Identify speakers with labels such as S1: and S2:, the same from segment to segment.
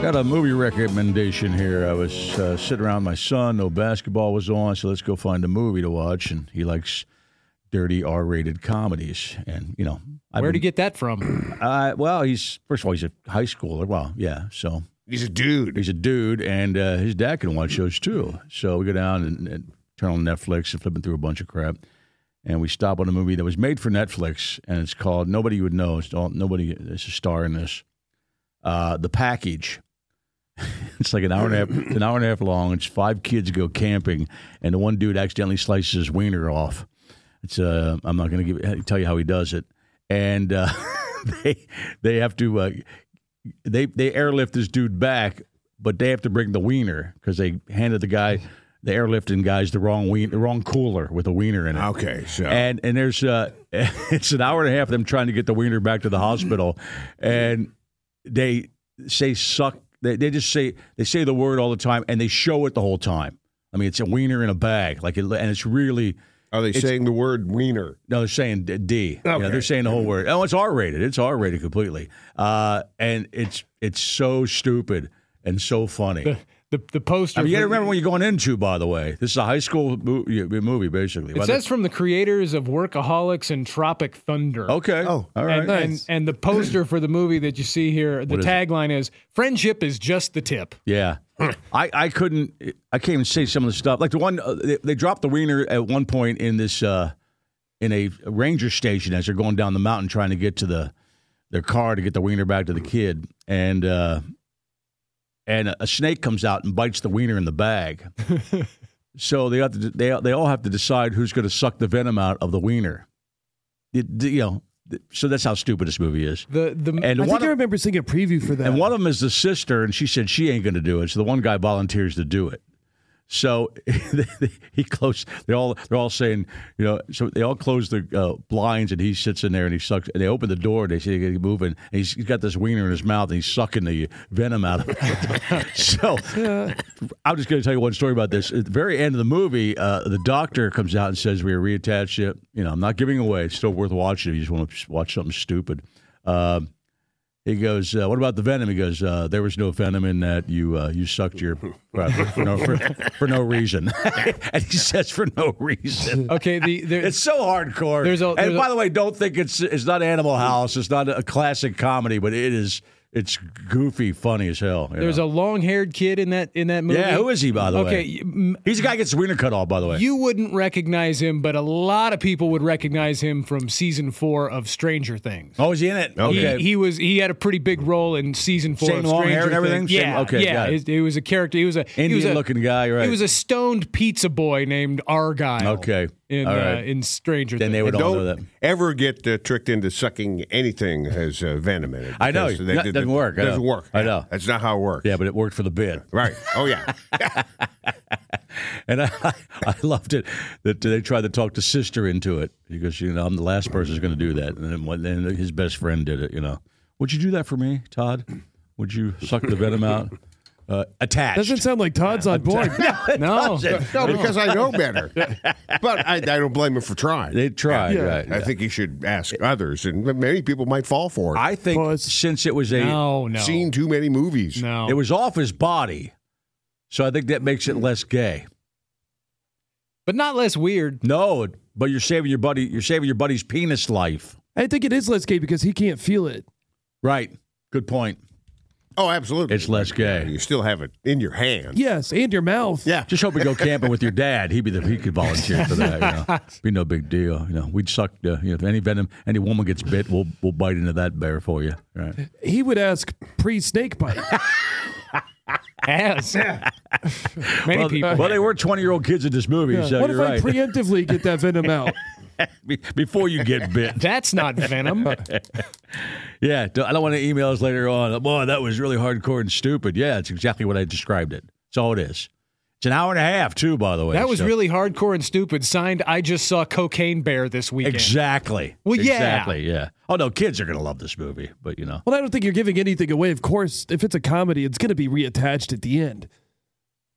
S1: Got a movie recommendation here. I was uh, sitting around with my son. No basketball was on, so let's go find a movie to watch. And he likes dirty R-rated comedies. And you know, I've
S2: Where'd you
S1: been-
S2: get that from?
S1: Uh, well, he's first of all, he's a high schooler. Well, yeah, so
S3: He's a dude.
S1: he's a dude, and uh, his dad can watch shows too. So we go down and, and turn on Netflix and flipping through a bunch of crap, and we stop on a movie that was made for Netflix, and it's called Nobody You Would Know. It's all, nobody. It's a star in this. Uh, the package. It's like an hour and a half, it's an hour and a half long. It's five kids go camping, and the one dude accidentally slices his wiener off. It's uh, I'm not going to give tell you how he does it, and uh, they they have to uh, they they airlift this dude back, but they have to bring the wiener because they handed the guy the airlifting guys the wrong wien the wrong cooler with a wiener in it.
S3: Okay, so
S1: And and there's uh, it's an hour and a half of them trying to get the wiener back to the hospital, and they say suck. They, they just say they say the word all the time, and they show it the whole time. I mean, it's a wiener in a bag, like, it, and it's really
S3: are they saying the word wiener?
S1: no, they're saying D. D. Yeah,
S3: Okay.
S1: they're saying the whole word. Oh, it's R rated. It's R rated completely. Uh, and it's it's so stupid and so funny.
S2: The the poster.
S1: I mean, you got to
S2: for-
S1: remember what you're going into, by the way. This is a high school mo- yeah, movie, basically.
S2: It
S1: By the-
S2: says from the creators of Workaholics and Tropic Thunder.
S1: okay.
S3: Oh,
S1: all right.
S2: And, and, and the poster for the movie that you see here, the
S1: What is it?
S2: tagline is "Friendship is just the tip."
S1: Yeah. I, I couldn't, I can't even say some of the stuff. Like the one, uh, they, they dropped the wiener at one point in this, uh, in a ranger station as they're going down the mountain trying to get to the, their car to get the wiener back to the kid. And, uh, and a snake comes out and bites the wiener in the bag. so they have to, they, they all have to decide who's going to suck the venom out of the wiener. It- you know, so that's how stupid this movie is.
S2: The the
S1: And one
S4: I think I
S1: of-
S4: remember seeing a preview for that.
S1: and one of them is the sister, and she said she ain't going to do it. So the one guy volunteers to do it. So he closed. They all they're all saying, you know. So they all close the uh, blinds, and he sits in there and he sucks. And they open the door, and they see him moving. And he's, he's got this wiener in his mouth, and he's sucking the venom out of it. so I'm just going to tell you one story about this. At the very end of the movie, uh, the doctor comes out and says, "We are reattached it." You know, I'm not giving away. It's still worth watching. if You just want to watch something stupid. Um, he goes, uh, "What about the venom?" He goes, uh, "There was no venom in that. You uh, you sucked your crap for no for, for no reason." and he says, "For no reason."
S2: okay the, the
S1: It's so hardcore.
S2: There's a- there's
S1: and
S2: a-
S1: by the way, don't think it's it's not Animal House. It's not a classic comedy, but it is. It's goofy, funny as hell. you
S2: there's
S1: know?
S2: a long-haired kid in that in that movie.
S1: yeah. Who is he, by the way?
S2: Okay, m-
S1: He's the guy who gets his wiener cut off, by the way.
S2: you wouldn't recognize him, but a lot of people would recognize him from season four of Stranger Things.
S1: oh, is he in it? Okay.
S2: He, he was he had a pretty big role in season four.
S1: Same
S2: of
S1: long
S2: Stranger
S1: hair and everything?
S2: Things.
S1: Same-
S2: Yeah,
S1: okay,
S2: yeah.
S1: got it.
S2: He, he was a character. He was a he was a,
S1: Indian-looking guy, right?
S2: He was a stoned pizza boy named Argyle.
S1: Okay,
S2: in
S1: all
S2: uh,
S1: right.
S2: in Stranger
S1: then
S2: Things.
S1: they would all know that.
S3: Don't ever get uh, tricked into sucking anything that has uh, venom in it.
S1: I know.
S3: because
S1: That doesn't work. I
S3: Doesn't
S1: know.
S3: work.
S1: I know.
S3: That's not how it works.
S1: Yeah, but it worked for the bid.
S3: Right. Oh yeah.
S1: And I, I loved it that they tried to talk the sister into it because you know I'm the last person who's going to do that, and then one- then his best friend did it. You know, would you do that for me, Todd? Would you suck the venom out? Uh, attached.
S4: Doesn't sound like Todd's on board.
S2: no.
S3: no, because I know better. But I, I don't blame him for trying.
S1: they tried,
S4: Yeah.
S1: right?
S3: I think you should ask others, and many people might fall for it.
S1: I think
S4: Pause.
S1: since it was a
S2: No, no.
S3: seen too many movies.
S2: no.
S1: it was off his body, so I think that makes it less gay.
S2: but not less weird.
S1: No, but you're saving your buddy. You're saving your buddy's penis life,
S4: I think it is less gay because he can't feel it.
S1: right? Good point.
S3: Oh, absolutely.
S1: It's less gay.
S3: You still have it in your hand.
S4: Yes, and your mouth.
S3: Yeah.
S1: Just hope we go camping with your dad. He'd be the he could volunteer for that. You know. Be no big deal. You know, we'd suck. Uh, you know, if any venom, any woman gets bit, we'll we'll bite into that bear for you. Right?
S4: He would ask pre snake bite.
S2: Ass. Many
S1: Well,
S2: people.
S1: well, they were twenty year old kids in this movie. So
S4: what if
S1: you're right.
S4: I preemptively get that venom out?
S1: Be- before you get bit.
S2: That's not venom.
S1: Yeah, d- I don't want to email us later on. Boy, that was really hardcore and stupid. Yeah, it's exactly what I described it. That's all it is. It's an hour and a half too, by the way.
S2: That was
S1: so-
S2: really hardcore and stupid. Signed, I just saw Cocaine Bear this weekend.
S1: exactly.
S2: Well, yeah.
S1: exactly. Yeah. Oh no, kids are gonna love this movie, but you know,
S4: Well, I don't think you're giving anything away. Of course, if it's a comedy, it's going to be reattached at the end.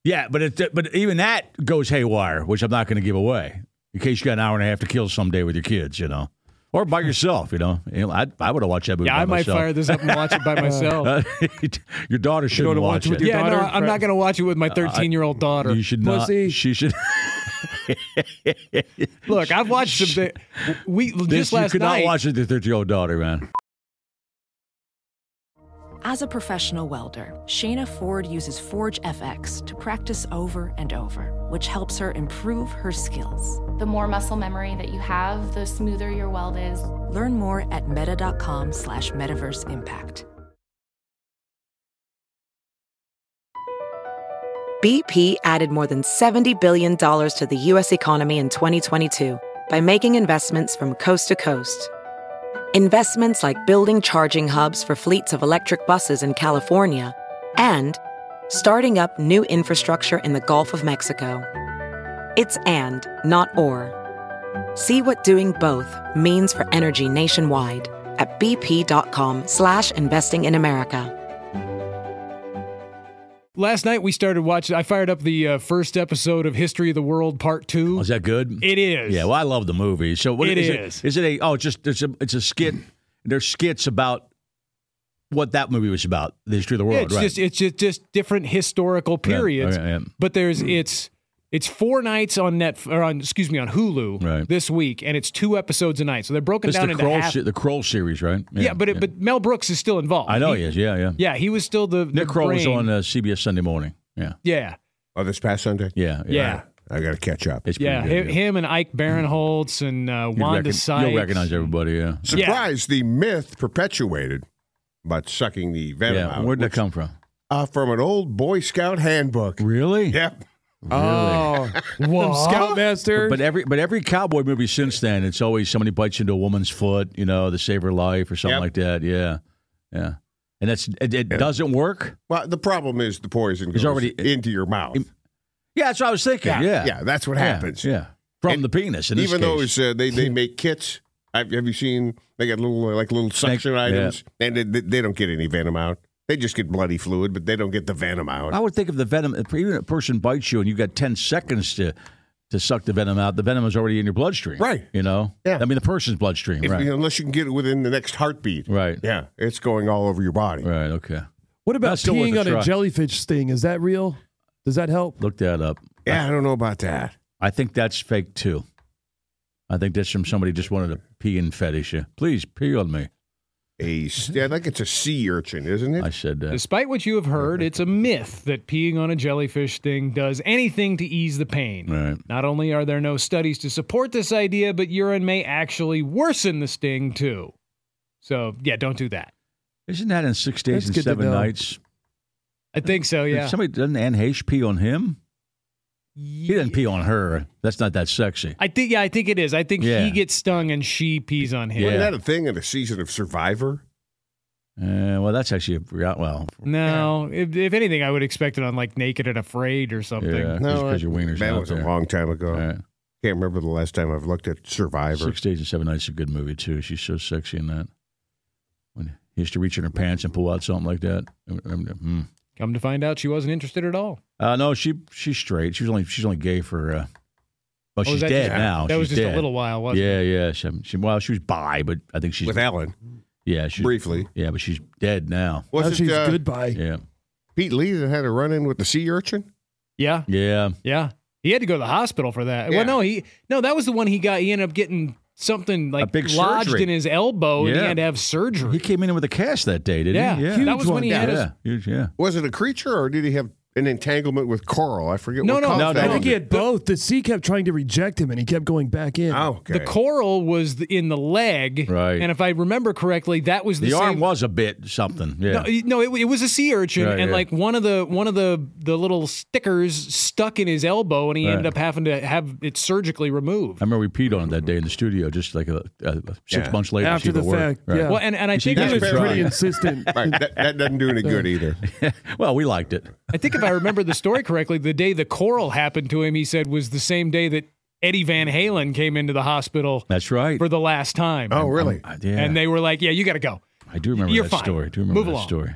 S1: yeah, but it, but even that goes haywire, which I'm not gonna give away in case you got an hour and a half to kill someday with your kids, you know, or by yourself, you know. You know, I I would have watched that movie.
S2: Yeah,
S1: by
S2: I might
S1: myself.
S2: fire this up and watch it by myself.
S1: your daughter shouldn't
S4: wanna
S1: watch,
S4: watch it with
S1: it.
S4: your
S2: yeah, no,
S4: daughter-
S2: I'm not going to watch it with my 13 year old daughter.
S1: Uh, you should
S4: Pussy.
S1: not. She should.
S2: Look, I've watched some. thi- we
S1: This,
S2: just
S1: you
S2: last
S1: could
S2: night.
S1: not watch it with your 13 year old daughter, man.
S5: As a professional welder, Shayna Ford uses Forge FX to practice over and over, which helps her improve her skills.
S6: The more muscle memory that you have, the smoother your weld is.
S5: Learn more at meta.com slash metaverse impact.
S7: BP added more than $70 billion to the U.S. economy in 2022 by making investments from coast to coast. Investments like building charging hubs for fleets of electric buses in California and starting up new infrastructure in the Gulf of Mexico. It's and, not or. See what doing both means for energy nationwide at bp.com slash investing in America.
S2: Last night we started watching. I fired up the uh, first episode of History of the World Part Two.
S1: Was Oh, that good?
S2: It is.
S1: Yeah, well, I love the movie. So what
S2: It
S1: is
S2: is.
S1: it? Is it a oh, just it's a it's a skit. There's skits about what that movie was about, the history of the world,
S2: Yeah, it's
S1: right?
S2: just it's just, just different historical
S1: Yeah,
S2: periods.
S1: all right, yeah.
S2: But there's it's it's four nights on net or on excuse me on Hulu
S1: Right.
S2: this week, and it's two episodes a night, so they're broken
S1: It's
S2: down
S1: the
S2: into
S1: Kroll,
S2: half.
S1: se- the Kroll series, right?
S2: yeah, but it, but Mel Brooks is still involved.
S1: I know
S2: He,
S1: he is. Yeah, yeah.
S2: yeah, he was still the
S1: Nick
S2: the
S1: Kroll was
S2: brain.
S1: on uh, CBS Sunday Morning. Yeah,
S2: Yeah,
S3: Oh, this past Sunday?
S1: yeah,
S2: yeah,
S3: I got to catch up.
S1: It's pretty
S2: yeah.
S1: good,
S2: Him, him and Ike Barinholtz and uh,
S1: You'd
S2: Wanda
S1: recogn-
S2: Sykes.
S1: You'll recognize everybody. Yeah,
S3: Surprise, the myth perpetuated about sucking the venom
S1: yeah.
S3: out.
S1: Where'd that
S3: which-
S1: come from?
S3: Uh, from an old Boy Scout handbook.
S1: Really?
S3: Yep.
S4: Oh, Scoutmaster.
S1: But every but every cowboy movie since then, it's always somebody bites into a woman's foot, you know, to save her life or something
S3: Yep.
S1: like that. Yeah, yeah. And that's it, it doesn't work.
S3: Well, the problem is the poison goes
S1: already-
S3: into your mouth. Uh,
S1: Yeah, that's what I was thinking. Yeah, yeah,
S3: yeah, that's what
S1: Yeah,
S3: happens.
S1: Yeah, from
S3: And
S1: the penis. In this
S3: Even
S1: case.
S3: though it's, uh, they they make kits. Have, have you seen? They got little uh, like little suction
S1: yeah.
S3: items, and they, they- they don't get any venom out. They just get bloody fluid, but they don't get the venom out.
S1: I would think if the venom, if even a person bites you and you got ten seconds to to suck the venom out, the venom is already in your bloodstream.
S3: Right.
S1: You know.
S3: Yeah.
S1: I mean, the person's bloodstream.
S3: If-
S1: right.
S3: Unless you can get it within the next heartbeat.
S1: Right.
S3: Yeah, it's going all over your body.
S1: Right. Okay.
S4: what about
S1: That's still worth
S4: peeing
S1: a
S4: on
S1: try.
S4: a jellyfish sting? Is that real? Does that help?
S1: Look that up.
S3: Yeah, I don't know about that.
S1: I think that's fake too. I think that's from somebody just wanted to pee and fetish you. Please pee on me.
S3: A, s- I think it's a sea urchin, isn't
S1: I
S3: it?
S1: said that.
S2: Despite what you have heard, it's a myth that peeing on a jellyfish sting does anything to ease the pain.
S1: Right.
S2: Not only are there no studies to support this idea, but urine may actually worsen the sting too. So, yeah, don't do that.
S1: Isn't that in six days
S4: That's
S1: and
S4: good to
S1: seven
S4: know.
S1: nights?
S2: I think so,
S1: Did
S2: Oh, yeah.
S1: Somebody doesn't Anne Heche pee on him. He didn't pee on her. That's not that sexy.
S2: I think yeah, I think it is. I think
S1: Yeah.
S2: he gets stung and she pees on him.
S1: Yeah.
S3: Isn't that a thing in a season of Survivor?
S1: Uh, well, that's actually a, well.
S2: No, if, if anything, I would expect it on like Naked and Afraid or something.
S1: Yeah, because your wiener's
S3: that
S1: out
S3: was
S1: there.
S3: a long time ago.
S1: All right.
S3: Can't remember the last time I've looked at Survivor.
S1: Six Days and Seven Nights is a good movie too. She's so sexy in that. When he used to reach in her pants and pull out something like that. Mm.
S2: Come to find out, she wasn't interested at all.
S1: Uh, no, she she's straight. She's only she's only gay for. Uh, well,
S2: was
S1: she's
S2: Oh, that
S1: dead
S2: just-
S1: now.
S2: That was
S1: She's
S2: just
S1: dead.
S2: a little while, wasn't it?
S1: Yeah, yeah. She, she, well, she was bi, but I think she's
S3: With Alan,
S1: yeah, she's
S3: briefly.
S1: yeah, but she's dead now.
S4: Now
S3: Was
S4: she's
S3: it uh,
S4: goodbye.
S1: Yeah,
S3: Pete Lee that had a run in with the sea urchin?
S2: Yeah.
S1: yeah.
S2: Yeah. He had to go to the hospital for that.
S3: Yeah.
S2: Well, no, he no, that was the one he got. He ended up getting something like
S1: big
S2: lodged
S1: surgery.
S2: in his elbow, and he
S1: Yeah.
S2: had to have surgery.
S1: He came in with a cast that day, didn't
S2: yeah,
S1: he?
S2: that was when he
S1: yeah.
S2: had his.
S1: Huge, yeah.
S3: Was it a creature or did he have an entanglement with coral. I forget.
S2: No,
S3: what
S2: no,
S3: caused
S2: no,
S3: that.
S4: I think he had both. The sea kept trying to reject him, and he kept going back in.
S3: Oh, okay.
S2: The coral was th- in the leg,
S1: Right.
S2: And if I remember correctly, that was the,
S1: The
S2: same.
S1: arm was a bit something. Yeah.
S2: No, it- no, it, it was a sea urchin,
S1: Right,
S2: and
S1: yeah.
S2: like one of the one of the the little stickers stuck in his elbow, and he ended up having to have it surgically removed.
S1: I remember we peed on it that day in the studio, just like a, a, six
S3: Yeah.
S1: months later. to see
S4: After
S1: if
S4: the
S1: it worked.
S4: fact,
S1: Right.
S4: yeah.
S2: well, and, and I
S1: see, that's
S2: think I,
S4: he was
S3: Right.
S4: pretty insistent.
S3: Right, that, that doesn't do any good either.
S1: well, we liked it.
S2: I think if I remember the story correctly, the day the coral happened to him, he said was the same day that Eddie Van Halen came into the hospital
S1: That's right.
S2: for the last time.
S3: Oh, really?
S1: Uh, yeah.
S2: And they were like, "Yeah, you got to go."
S1: I do remember
S2: You're
S1: that
S2: fine.
S1: story. I do remember
S2: Move
S1: that
S2: along.
S1: story.